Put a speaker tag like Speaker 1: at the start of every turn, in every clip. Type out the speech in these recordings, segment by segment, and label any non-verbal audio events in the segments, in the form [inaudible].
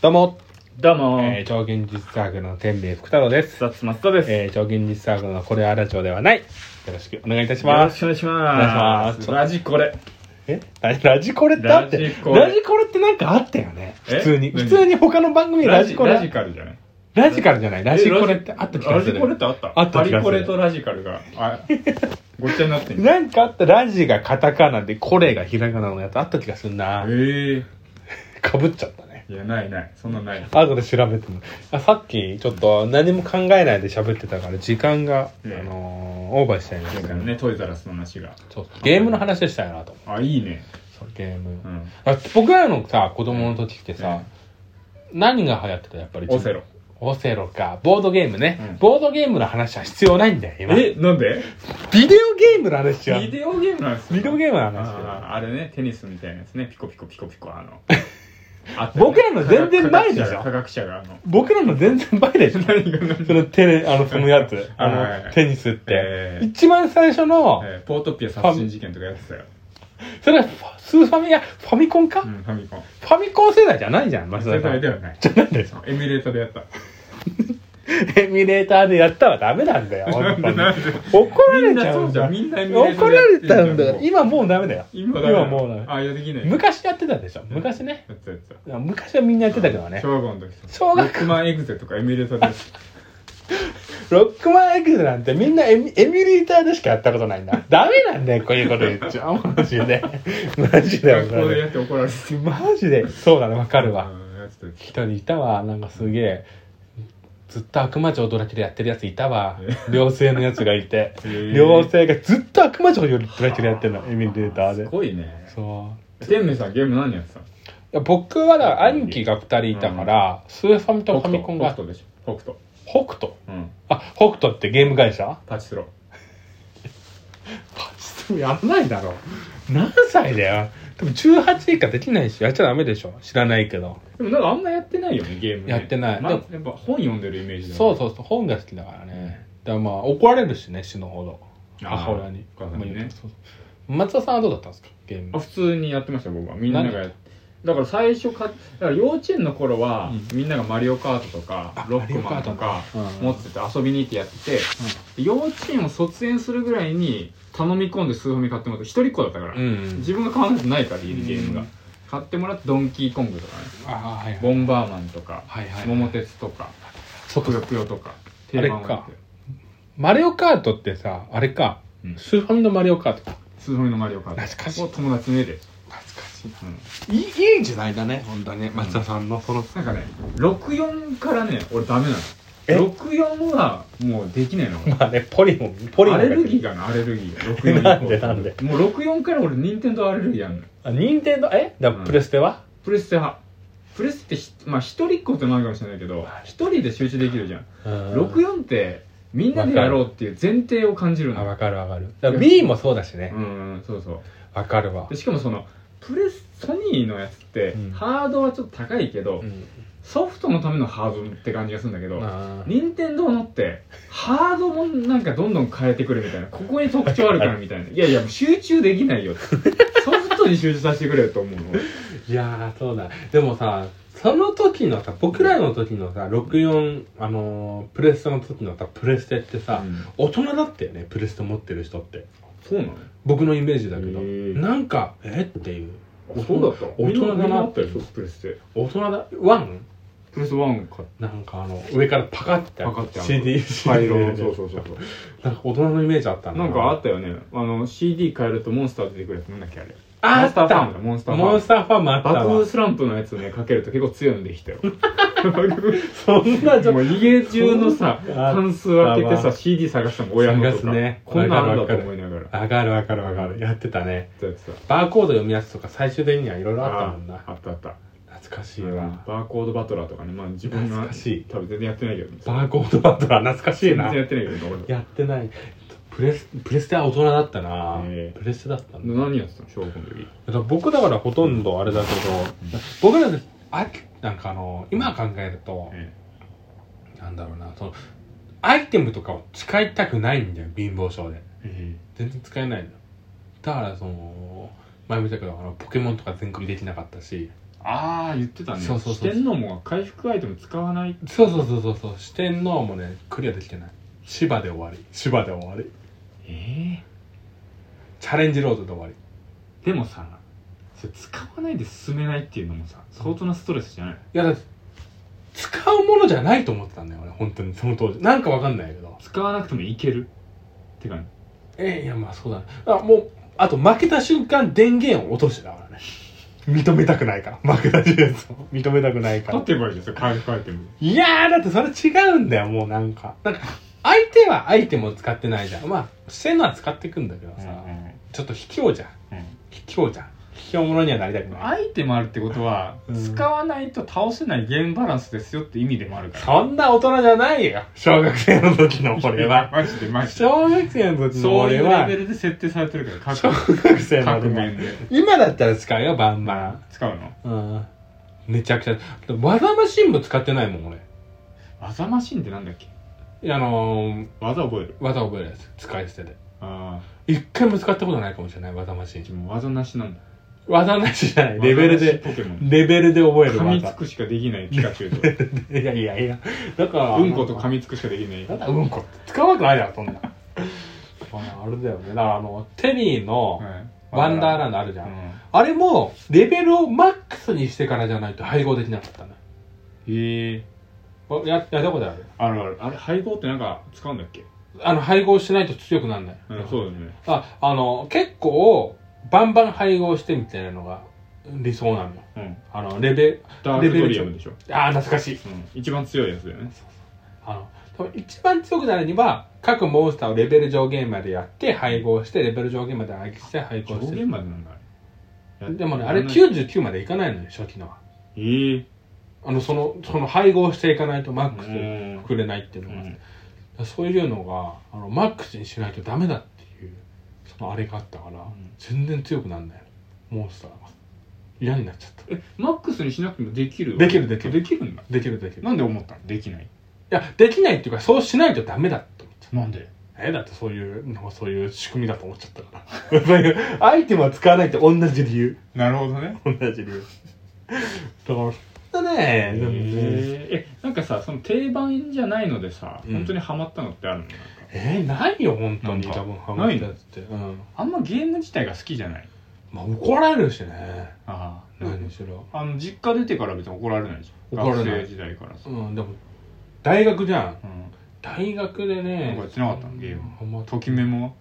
Speaker 1: どうも、
Speaker 2: どうも、
Speaker 1: えー、超現実サークルの天明福太郎です。
Speaker 2: さつまつとです、
Speaker 1: えー、超現実サークルのこれはラジオではない。よろしくお願いいたし
Speaker 2: よ
Speaker 1: ま
Speaker 2: ろし
Speaker 1: す。
Speaker 2: くお願いし
Speaker 1: 願いし
Speaker 2: ます。
Speaker 1: ます
Speaker 2: ラジコレ。
Speaker 1: えララジコレってあって
Speaker 2: ラ
Speaker 1: ラ
Speaker 2: ジ
Speaker 1: ジ
Speaker 2: コ
Speaker 1: コ
Speaker 2: レ
Speaker 1: レってなんかあったよね。
Speaker 2: え
Speaker 1: 普通に。
Speaker 2: 何
Speaker 1: 普通に他の番組ラジコレ。
Speaker 2: ラ
Speaker 1: ラ
Speaker 2: ジ
Speaker 1: ジ
Speaker 2: カルじゃない
Speaker 1: カルじゃない。ラジコレってあった気がす
Speaker 2: ラジコレっ
Speaker 1: る。
Speaker 2: てあった
Speaker 1: あった気
Speaker 2: パ
Speaker 1: が
Speaker 2: リ
Speaker 1: す
Speaker 2: コ
Speaker 1: る
Speaker 2: レとラジカルが、あ、ごっちゃになってんの。
Speaker 1: なんかあったラジがカタカナでコレがひらがなのやつあった気がするな。
Speaker 2: え
Speaker 1: かぶっちゃったね。
Speaker 2: えいや、ないない。そんなない。
Speaker 1: 後で調べてもあさっきちょっと何も考えないで喋ってたから時間が、
Speaker 2: ね
Speaker 1: あのーオーバーしちゃいま
Speaker 2: だ
Speaker 1: し
Speaker 2: か
Speaker 1: た
Speaker 2: らね、トイザラスの話が。
Speaker 1: そうゲームの話をしたいなと思
Speaker 2: あ、いいね。
Speaker 1: うゲーム、
Speaker 2: うん。
Speaker 1: あ僕らのさ子供の時ってさ、
Speaker 2: ね
Speaker 1: 何が流行ってたやっぱり
Speaker 2: オセロ。
Speaker 1: オセロかボードゲームね、
Speaker 2: うん
Speaker 1: ボードゲームの話は必要ないんだよ今
Speaker 2: え、なんで
Speaker 1: ビデオゲームの話は
Speaker 2: ビデオゲームなんです
Speaker 1: ビデオゲームの話は
Speaker 2: あーあれね、テニスみたいなやつね。ピコピコピコピコ、あの。あったよ
Speaker 1: [laughs]
Speaker 2: ね
Speaker 1: 僕らの全然前でしょ
Speaker 2: 科学者が科学者があの。
Speaker 1: 僕らの全然前でしょ
Speaker 2: [laughs] 何が何
Speaker 1: そのテレあのそのや
Speaker 2: [laughs]
Speaker 1: つあの、
Speaker 2: はい
Speaker 1: テニスって、
Speaker 2: ええ
Speaker 1: 一番最初の、
Speaker 2: えーポートピア殺人事件とかやってたよ。
Speaker 1: それはファスーファミやファミコンか、
Speaker 2: う
Speaker 1: フ
Speaker 2: ん、ファミコン。
Speaker 1: ァミコン世代じゃないじゃん増田
Speaker 2: 世
Speaker 1: さ
Speaker 2: 代
Speaker 1: ん
Speaker 2: ではない。
Speaker 1: じゃないんだよ
Speaker 2: [laughs] エミュレーターでやった。
Speaker 1: [laughs] エミュレーターでやったらダメなんだよ
Speaker 2: なん
Speaker 1: 本当
Speaker 2: で
Speaker 1: に
Speaker 2: [laughs] なん
Speaker 1: 怒られちゃ
Speaker 2: でみんなそううんじゃ
Speaker 1: だ
Speaker 2: んみんなエミュレータ
Speaker 1: 怒
Speaker 2: ーでや
Speaker 1: ら
Speaker 2: っ
Speaker 1: れ
Speaker 2: てん
Speaker 1: ちゃうん
Speaker 2: じゃん
Speaker 1: だから今もうダメだよ
Speaker 2: 今だ
Speaker 1: もうダメ
Speaker 2: あ、いやできない。
Speaker 1: 昔やってたでしょ昔ね
Speaker 2: やってたやってた。
Speaker 1: 昔はみんなやってたけどね
Speaker 2: 小学校の時さ。
Speaker 1: 小学校
Speaker 2: ロックマンエグゼとかエミュレーターでやって
Speaker 1: [laughs]
Speaker 2: た。
Speaker 1: ロックマンエクゼなんてみんなエミエミュレーターでしかやったことないん
Speaker 2: [laughs]
Speaker 1: だダメなんだよこういうこと言っちゃうマジで [laughs] マジで
Speaker 2: 学
Speaker 1: 怒ら
Speaker 2: 校で
Speaker 1: れ
Speaker 2: や
Speaker 1: る
Speaker 2: って怒られてた。
Speaker 1: マジでそうだねわかるわ
Speaker 2: うん。やってたやって
Speaker 1: 一人いたわなんかすげえずっと悪魔城ドラキュラやってるやついたわ両性のやつがい
Speaker 2: [laughs]
Speaker 1: て
Speaker 2: た。へー
Speaker 1: 両性がずっと悪魔城よりドラキュラやってるのエミュレーター
Speaker 2: す
Speaker 1: で
Speaker 2: ごいね。
Speaker 1: そう
Speaker 2: 天明さんゲーム何やってたの
Speaker 1: いや僕はだから兄貴が2人いたから、スーファミとファミコンが
Speaker 2: 北斗でしょ。北斗。
Speaker 1: 北斗
Speaker 2: うん。
Speaker 1: あ北斗ってゲーム会社
Speaker 2: パチスロ。
Speaker 1: やらないだろ何歳だよでも18以下できないしやっちゃダメでしょ知らないけど
Speaker 2: でもなんかあんまやってないよね、ゲームね。
Speaker 1: やってない
Speaker 2: ま
Speaker 1: で
Speaker 2: やっ
Speaker 1: も
Speaker 2: ぱ本読んでるイメージだ
Speaker 1: そう
Speaker 2: う。
Speaker 1: そうそう本が好きだからねだからまあ怒られるしね死ぬほど
Speaker 2: あー
Speaker 1: 母親に
Speaker 2: お母さんにね
Speaker 1: まあそうそう松田さんはどうだったんですかゲーム
Speaker 2: あ普通にやってました僕はみんながやっだから最初かだから幼稚園の頃は、みんなが「マリオカート」とか
Speaker 1: あ
Speaker 2: 「ロックマン」とか
Speaker 1: マリオカートねうん
Speaker 2: 持ってて遊びに行ってやってて、で幼稚園を卒園するぐらいに頼み込んで数ファミ買ってもらって一人っ子だったから、
Speaker 1: うんうん
Speaker 2: 自分が買わないとないから家でゲームが、
Speaker 1: うん
Speaker 2: 買ってもらって「ドンキーコング」とかね
Speaker 1: ああはい
Speaker 2: 「
Speaker 1: はい
Speaker 2: ボンバーマン」とか
Speaker 1: はいはい
Speaker 2: 桃鉄」とか
Speaker 1: そ
Speaker 2: 「
Speaker 1: っ
Speaker 2: ぷ
Speaker 1: か
Speaker 2: よぷよ」とか
Speaker 1: あれか
Speaker 2: をやって
Speaker 1: マリオカートってさあれか、
Speaker 2: うん
Speaker 1: スーファミのマリオカートか
Speaker 2: 数ファミの「マリオカ
Speaker 1: 懐か
Speaker 2: ー
Speaker 1: しい
Speaker 2: ト」を友達の家で、
Speaker 1: 懐かしい
Speaker 2: うん
Speaker 1: いいいい時代だね本当に松田さんのその、
Speaker 2: なんかね、64からね、俺ダメなの。
Speaker 1: え
Speaker 2: 64はもうできないの。
Speaker 1: まあねポリも [laughs] ポリも
Speaker 2: アレルギーがな、アレルギーが。64以降
Speaker 1: なんでなんで
Speaker 2: もう64から俺、任天堂アレルギーやんの。
Speaker 1: あ任天堂えだからプレステは、
Speaker 2: プレステ派。プレステってひ、まあ一人っ子ってもあるかもしれないけど、一人で集中できるじゃん。64って、みんなでやろうっていう前提を感じる
Speaker 1: あ
Speaker 2: の。
Speaker 1: 分かる分かるだから B もそうだしね
Speaker 2: うんうん、そうそう。
Speaker 1: 分かるわ
Speaker 2: で、しかもその、プレス、ソニーのやつって、
Speaker 1: うん
Speaker 2: ハードはちょっと高いけど、
Speaker 1: うん
Speaker 2: ソフトのためのハードって感じがするんだけど、
Speaker 1: あー
Speaker 2: 任天堂のってハードもなんかどんどん変えてくるみたいなここに特徴あるからみたいないやいや集中できないよソフトに集中させてくれよと思うの
Speaker 1: いやーそうだでもさその時のさ僕らの時のさ64あのープレステの時のさプレステってさ、
Speaker 2: うん
Speaker 1: 大人だったよねプレステ持ってる人って
Speaker 2: そうなの
Speaker 1: 僕のイメージだけど
Speaker 2: へー
Speaker 1: なんかえっていう
Speaker 2: あそうだった
Speaker 1: 大人だな
Speaker 2: ってプレステ
Speaker 1: 大人だワン
Speaker 2: プレス1買っ
Speaker 1: なんかあの上からパカッて
Speaker 2: たかってあの
Speaker 1: CD
Speaker 2: 灰色の [laughs] そうそうそうそう
Speaker 1: なんか大人のイメージあった
Speaker 2: なんかあったよねあの CD 変えるとモンスター出てくるやつなんだっけあれ
Speaker 1: ああ
Speaker 2: モン
Speaker 1: っ
Speaker 2: スターフ
Speaker 1: た
Speaker 2: ァンだモンスターファン
Speaker 1: モンスターファンもあった
Speaker 2: バ
Speaker 1: わ
Speaker 2: ト。スランプのやつねかけると結構強いのでき [laughs] たよ
Speaker 1: そんなちょっ
Speaker 2: もう家中のさ、
Speaker 1: あ
Speaker 2: 関数開けてさ、CD 探したの親のと
Speaker 1: 探す
Speaker 2: か、
Speaker 1: ね
Speaker 2: こんなんあるん
Speaker 1: わか
Speaker 2: だと
Speaker 1: る
Speaker 2: 思いながら。
Speaker 1: と。わかるわかるわかる。やってたね。
Speaker 2: やってた
Speaker 1: バーコード読みやすとか最終的にはいろいろあったもんな
Speaker 2: あ。ったあった。
Speaker 1: 懐かしい
Speaker 2: バ
Speaker 1: わ。
Speaker 2: ーコードバトラーとかね、まあ自分が
Speaker 1: 懐かしい
Speaker 2: 多分全然やってないけどね。
Speaker 1: バーコードバトラー懐かしい
Speaker 2: 全
Speaker 1: な
Speaker 2: 然。やってないけどね、俺。
Speaker 1: やってない。プレス、プレステは大人だったな
Speaker 2: え。え
Speaker 1: プレステだったんだ。
Speaker 2: 何やってたの小学校の時。
Speaker 1: だから僕だからほとんどあれだけど、僕らで、あ、なんかあの、今考えると、
Speaker 2: え
Speaker 1: なんだろうな、その、アイテムとかを使いたくないんだよ、貧乏症で。
Speaker 2: え
Speaker 1: 全然使えないのだからその前見たけどあのポケモンとか全クリできなかったし
Speaker 2: あああ言ってたね
Speaker 1: そうそうそう
Speaker 2: 四天王も回復アイテム使わない
Speaker 1: そうそうそうそうそう四天王もねクリアできてない芝で終わり芝で終わり
Speaker 2: え
Speaker 1: チャレンジロードで終わり
Speaker 2: えでもさそれ使わないで進めないっていうのもさ相当なストレスじゃない
Speaker 1: いやだって使うものじゃないと思ってたんだよ俺本当にその当時なんかわかんないけど
Speaker 2: 使わなくてもいけるって感
Speaker 1: えいやまあそうだなあもうあと負けた瞬間電源を落としてたからね認めたくないから負けたやつを認めたくない
Speaker 2: じ
Speaker 1: か
Speaker 2: 取
Speaker 1: ら
Speaker 2: ってればいいじゃんそれ回復アイテム
Speaker 1: いやーだってそれ違うんだよもうなんかなんか相手はアイテムを使ってないじゃんまあしてんのは使っていくんだけどさ、ちょっと卑怯じゃん卑怯じゃん卑怯者にはなりたくない
Speaker 2: アイテムあるってことは、
Speaker 1: うん
Speaker 2: 使わないと倒せないゲームバランスですよって意味でもあるから
Speaker 1: そんな大人じゃないよ小学生の時の俺は
Speaker 2: [laughs] マジでマジで
Speaker 1: 小学生の時の
Speaker 2: そうい
Speaker 1: 俺
Speaker 2: うレ
Speaker 1: は
Speaker 2: ベルで設定されてるから
Speaker 1: 小
Speaker 2: 各
Speaker 1: 学生の
Speaker 2: 各
Speaker 1: 俺は
Speaker 2: 面で
Speaker 1: 今だったら使うよバンバ
Speaker 2: 使うの
Speaker 1: ンうんめちゃくちゃ技マシンも使ってないもん俺
Speaker 2: 技マシンってなんだっけ
Speaker 1: いやあのー、
Speaker 2: 技覚える
Speaker 1: 技覚えるやつ使い捨てで
Speaker 2: ああ
Speaker 1: 一回も使ったことないかもしれない技マシン
Speaker 2: 自分技なしなんだ
Speaker 1: 技なしじゃないレベルで
Speaker 2: 技なしポケモン
Speaker 1: レベルで覚える
Speaker 2: 噛みつ
Speaker 1: 技
Speaker 2: くしかできないピカチ
Speaker 1: [laughs]
Speaker 2: ュウと
Speaker 1: いやいやいやだから
Speaker 2: うんこと噛みつくしかできない
Speaker 1: なんだうんこって使うわけないだろそんなまああれだよねだからあのテリーのワンダーランドあるじゃん、あれもレベルをマックスにしてからじゃないと配合できなかったね
Speaker 2: へえ
Speaker 1: あややったことある
Speaker 2: あるあるあれ配合ってなんか使うんだっけ
Speaker 1: あの配合しないと強くならない、
Speaker 2: うんそうだよね
Speaker 1: ああの結構バンバン配合してみたいなのが理想なのよ
Speaker 2: うん
Speaker 1: あのレベ
Speaker 2: ダークトリアムでしょ
Speaker 1: ああ懐かしい
Speaker 2: うん一番強いやつだよね
Speaker 1: あの多分一番強くなるには各モンスターをレベル上限までやって配合してレベル上限まで上げして配
Speaker 2: 上
Speaker 1: 合して
Speaker 2: 限までなんだあれ
Speaker 1: でもねあれ
Speaker 2: え
Speaker 1: 99までいかないのよ初期のは
Speaker 2: えー
Speaker 1: あのそのその配合していかないとマッ
Speaker 2: う
Speaker 1: クスで
Speaker 2: ん
Speaker 1: くれないっていうのが、
Speaker 2: うん
Speaker 1: そういうのがあのマックスにしないとダメだっていうそのあれがあったから、
Speaker 2: ん
Speaker 1: 全然強くなんないのモンスターが嫌になっちゃった
Speaker 2: えマックスにしなくてもできる
Speaker 1: できるできる
Speaker 2: できるんだ
Speaker 1: できるできるい
Speaker 2: なんで思ったのできない
Speaker 1: やできないっていうかそうしないとダメだって思っちゃった
Speaker 2: なんで
Speaker 1: えだってそういうのそういう仕組みだと思っちゃったから [laughs] そういうアイテムは使わないって同じ理由
Speaker 2: なるほどね
Speaker 1: 同じ理由だからだね
Speaker 2: へ
Speaker 1: でもね
Speaker 2: えなんかさその定番じゃないのでさ、
Speaker 1: うん
Speaker 2: 本当にハマったのってあるのなんか
Speaker 1: えー、ないよ本当に
Speaker 2: なんか
Speaker 1: 多分ハマったやつってうん
Speaker 2: あんまゲーム自体が好きじゃない
Speaker 1: まあ怒られるしね
Speaker 2: ああ
Speaker 1: 何しろ
Speaker 2: あの実家出てから別に怒られないじゃん
Speaker 1: 怒られない
Speaker 2: 学生時代からさ、
Speaker 1: うんでも大学じゃん
Speaker 2: うん、
Speaker 1: 大学でね
Speaker 2: なんかやってなかったのゲーム
Speaker 1: ムま
Speaker 2: ときめも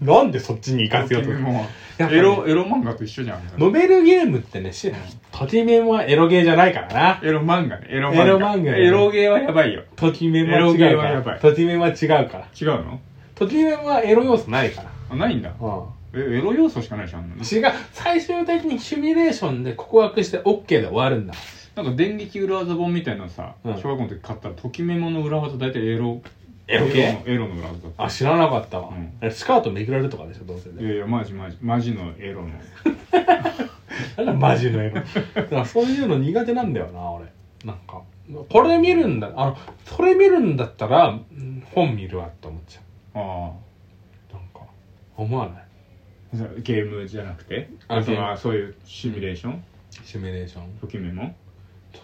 Speaker 1: なんでそっちに行
Speaker 2: は
Speaker 1: かせよ
Speaker 2: と
Speaker 1: う
Speaker 2: き
Speaker 1: と
Speaker 2: めもは
Speaker 1: やっぱね
Speaker 2: エロエロ漫画と一緒じゃん
Speaker 1: ノベルゲームってねしときめもはエロゲーじゃないからな
Speaker 2: エロ漫画ねエロ漫画
Speaker 1: エロ漫画ね
Speaker 2: エロゲーはやばいよ
Speaker 1: ときめもは
Speaker 2: エロゲ
Speaker 1: 違
Speaker 2: ー
Speaker 1: う
Speaker 2: は
Speaker 1: か
Speaker 2: やば
Speaker 1: ら
Speaker 2: い
Speaker 1: ときめもは違うから
Speaker 2: 違うの
Speaker 1: ときめもはエロ要素ないから
Speaker 2: あないんだ
Speaker 1: うん
Speaker 2: えエロ要素しかないじゃんあんなの
Speaker 1: 違う最終的にシミュレーションで告白して OK で終わるんだ
Speaker 2: なんか電撃裏技本みたいなのさ、
Speaker 1: うん
Speaker 2: 小学校の時買ったらときめもの裏技大体エロ
Speaker 1: エロ系
Speaker 2: のエロの裏技だった
Speaker 1: あ知らなかったわ、
Speaker 2: うん
Speaker 1: えスカートめくられるとかでしょどうせ
Speaker 2: い
Speaker 1: ね
Speaker 2: やいやマジマジマジのエロの
Speaker 1: だからマジの [laughs] エロだからそういうの苦手なんだよな俺なんかこれ見るんだあのそれ見るんだったらうん本見るわって思っちゃ
Speaker 2: あ
Speaker 1: うなんか思わない
Speaker 2: あゲームじゃなくて
Speaker 1: あ
Speaker 2: あと
Speaker 1: ゲー
Speaker 2: はそういうシミュレーション、
Speaker 1: シミュレーション
Speaker 2: ときめも
Speaker 1: そう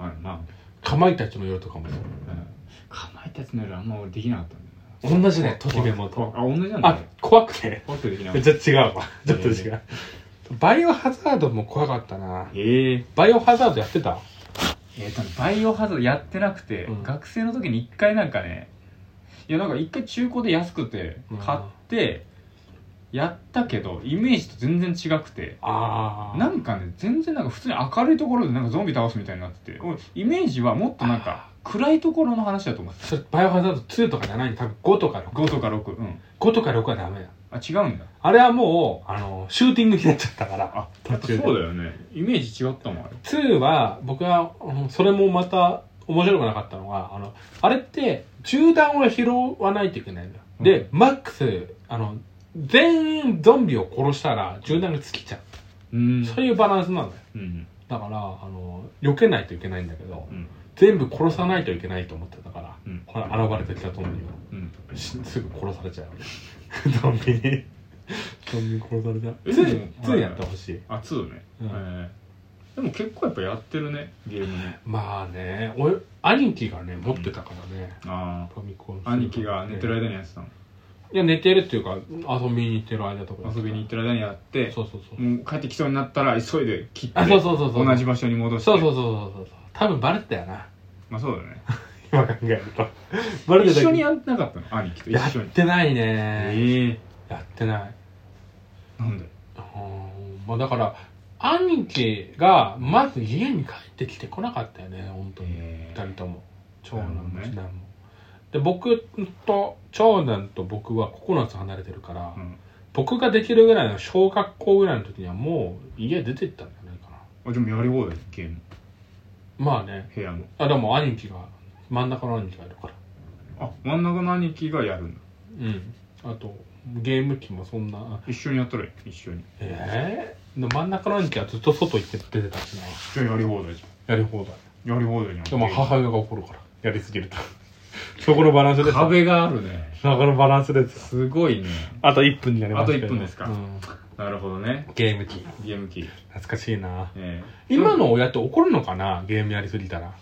Speaker 1: そう
Speaker 2: あま
Speaker 1: かまいたちの夜とかも
Speaker 2: あ、うん、かまいたちの夜あんま俺できなかったんだよ
Speaker 1: 同じねと
Speaker 2: な
Speaker 1: きめもと
Speaker 2: あ同じなんだ
Speaker 1: あ
Speaker 2: ね
Speaker 1: 怖くて
Speaker 2: 怖くてできなかっ
Speaker 1: ち
Speaker 2: た
Speaker 1: ょっと違うわちょっと違う、バイオハザードも怖かったな
Speaker 2: ええ
Speaker 1: バイオハザードやってた
Speaker 2: えーとねバイオハザードやってなくて、
Speaker 1: うん
Speaker 2: 学生の時に一回なんかねいやなんか一回中古で安くて
Speaker 1: うん
Speaker 2: 買ってやったけどイメージと全然違くて
Speaker 1: ああ
Speaker 2: なんかね全然なんか普通に明るいところでなんかゾンビ倒すみたいになってて俺イメージはもっとなんか暗いところの話だと思って
Speaker 1: それバイオハザード2とかじゃない多分5とか
Speaker 2: た
Speaker 1: 6
Speaker 2: 5とか6うん
Speaker 1: 5とか6はダメだ
Speaker 2: あ違うんだ
Speaker 1: あれはもうあのシューティングになっちゃったから
Speaker 2: あやっぱそうだよねイメージ違ったもんあれ
Speaker 1: 2は僕はあのそれもまた面白くなかったのがあのあれって銃弾を拾わないといけないんだよ、
Speaker 2: うん
Speaker 1: でマックスあの全員ゾンビを殺したら銃弾が尽きちゃう、
Speaker 2: うん
Speaker 1: そういうバランスなんだよ
Speaker 2: うん
Speaker 1: だからあの避けないといけないんだけど
Speaker 2: うん
Speaker 1: 全部殺さないといけないと思ってたから
Speaker 2: うん
Speaker 1: これ現れてきたゾンビは
Speaker 2: うん
Speaker 1: しすぐ殺されちゃう
Speaker 2: [laughs]
Speaker 1: ゾンビにゾンビに殺されちゃう
Speaker 2: え
Speaker 1: つ
Speaker 2: でも
Speaker 1: いついやってほしい
Speaker 2: あ2ね、
Speaker 1: うん
Speaker 2: えでも結構やっぱやってるねゲームね
Speaker 1: まあね俺兄貴がね持ってたからね、
Speaker 2: あ
Speaker 1: ファミコン
Speaker 2: あ兄貴が寝てる間にやってたの
Speaker 1: いや寝てるっていうか遊びに行ってる間とか
Speaker 2: 遊びに行ってる間にやって
Speaker 1: そうそうそう
Speaker 2: もう帰ってきそうになったら急いで切って
Speaker 1: あそうそうそうそう
Speaker 2: 同じ場所に戻して
Speaker 1: そうそうそうそうそう多分バレてたよな
Speaker 2: まあそうだね
Speaker 1: 今考えるとバレてた
Speaker 2: 一緒にやんなかったの兄貴と一
Speaker 1: やっ
Speaker 2: 緒に
Speaker 1: てないね、
Speaker 2: え
Speaker 1: やってない
Speaker 2: えなんで
Speaker 1: うんまあだから兄貴がまず家に帰ってきてこなかったよね本当に
Speaker 2: え
Speaker 1: 二人
Speaker 2: え
Speaker 1: とも長男
Speaker 2: なるほど
Speaker 1: も
Speaker 2: ね
Speaker 1: 次男も、で僕と長男と僕は9つ離れてるから、
Speaker 2: うん
Speaker 1: 僕ができるぐらいの小学校ぐらいの時にはもう家出てったんじゃないかな
Speaker 2: あでもやり放題ゲーム
Speaker 1: まあね
Speaker 2: 部屋の
Speaker 1: あでも兄貴が真ん中の兄貴がいるから
Speaker 2: あ真ん中の兄貴がやるんだ
Speaker 1: うんあとゲーム機もそんな
Speaker 2: 一緒にやったらいい一緒に
Speaker 1: ええで真ん中の兄貴はずっと外行って出てたしな
Speaker 2: じゃあやり放題じ
Speaker 1: やり放題
Speaker 2: ゃんやり放題に
Speaker 1: でも母親が怒るからやりすぎると [laughs] そこのバランスですそ
Speaker 2: 壁があるね
Speaker 1: このバランスです
Speaker 2: すごいね
Speaker 1: あと1分になります
Speaker 2: あと一分ですか
Speaker 1: うん
Speaker 2: なるほどね
Speaker 1: ゲーム機
Speaker 2: ゲーム機
Speaker 1: 懐かしいな
Speaker 2: ええ
Speaker 1: 今の親って怒るのかなゲームやりすぎたら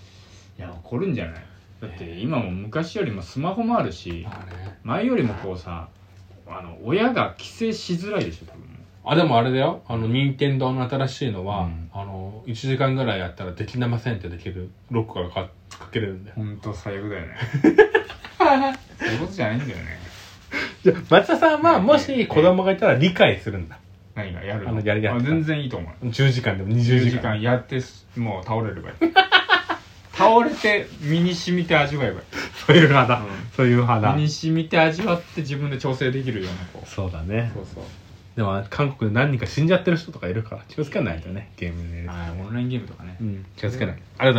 Speaker 2: いや怒るんじゃないだって今も昔よりもスマホもあるし
Speaker 1: あね
Speaker 2: 前よりもこうさあの親が帰省しづらいでしょ多分
Speaker 1: あでもあれだよあの任天堂の新しいのは、
Speaker 2: うん
Speaker 1: あの1時間ぐらいやったらできなませんってできるロックがかかけれるんだよ
Speaker 2: ほんと最悪だ
Speaker 1: [laughs]
Speaker 2: よねそういうことじゃないんだよね
Speaker 1: じゃあ松田さんはもし子供がいたら理解するんだ
Speaker 2: 何がやる
Speaker 1: あのやりや
Speaker 2: あ
Speaker 1: った
Speaker 2: 全然いいと思う
Speaker 1: 10時間でも20
Speaker 2: 10
Speaker 1: 時
Speaker 2: 時
Speaker 1: 間
Speaker 2: 間やってすもう倒れればいい [laughs] 倒れて身に染みて味わえばいい
Speaker 1: そういう肌、
Speaker 2: うん
Speaker 1: そういう肌
Speaker 2: 身に染みて味わって自分で調整できるようなこう
Speaker 1: そうだね
Speaker 2: そうそう
Speaker 1: でも韓国で何人か死んじゃってる人とかいるから気をつけないとねゲームで、
Speaker 2: あーオンラインゲームとかね
Speaker 1: うん、気をつけないありがとうございます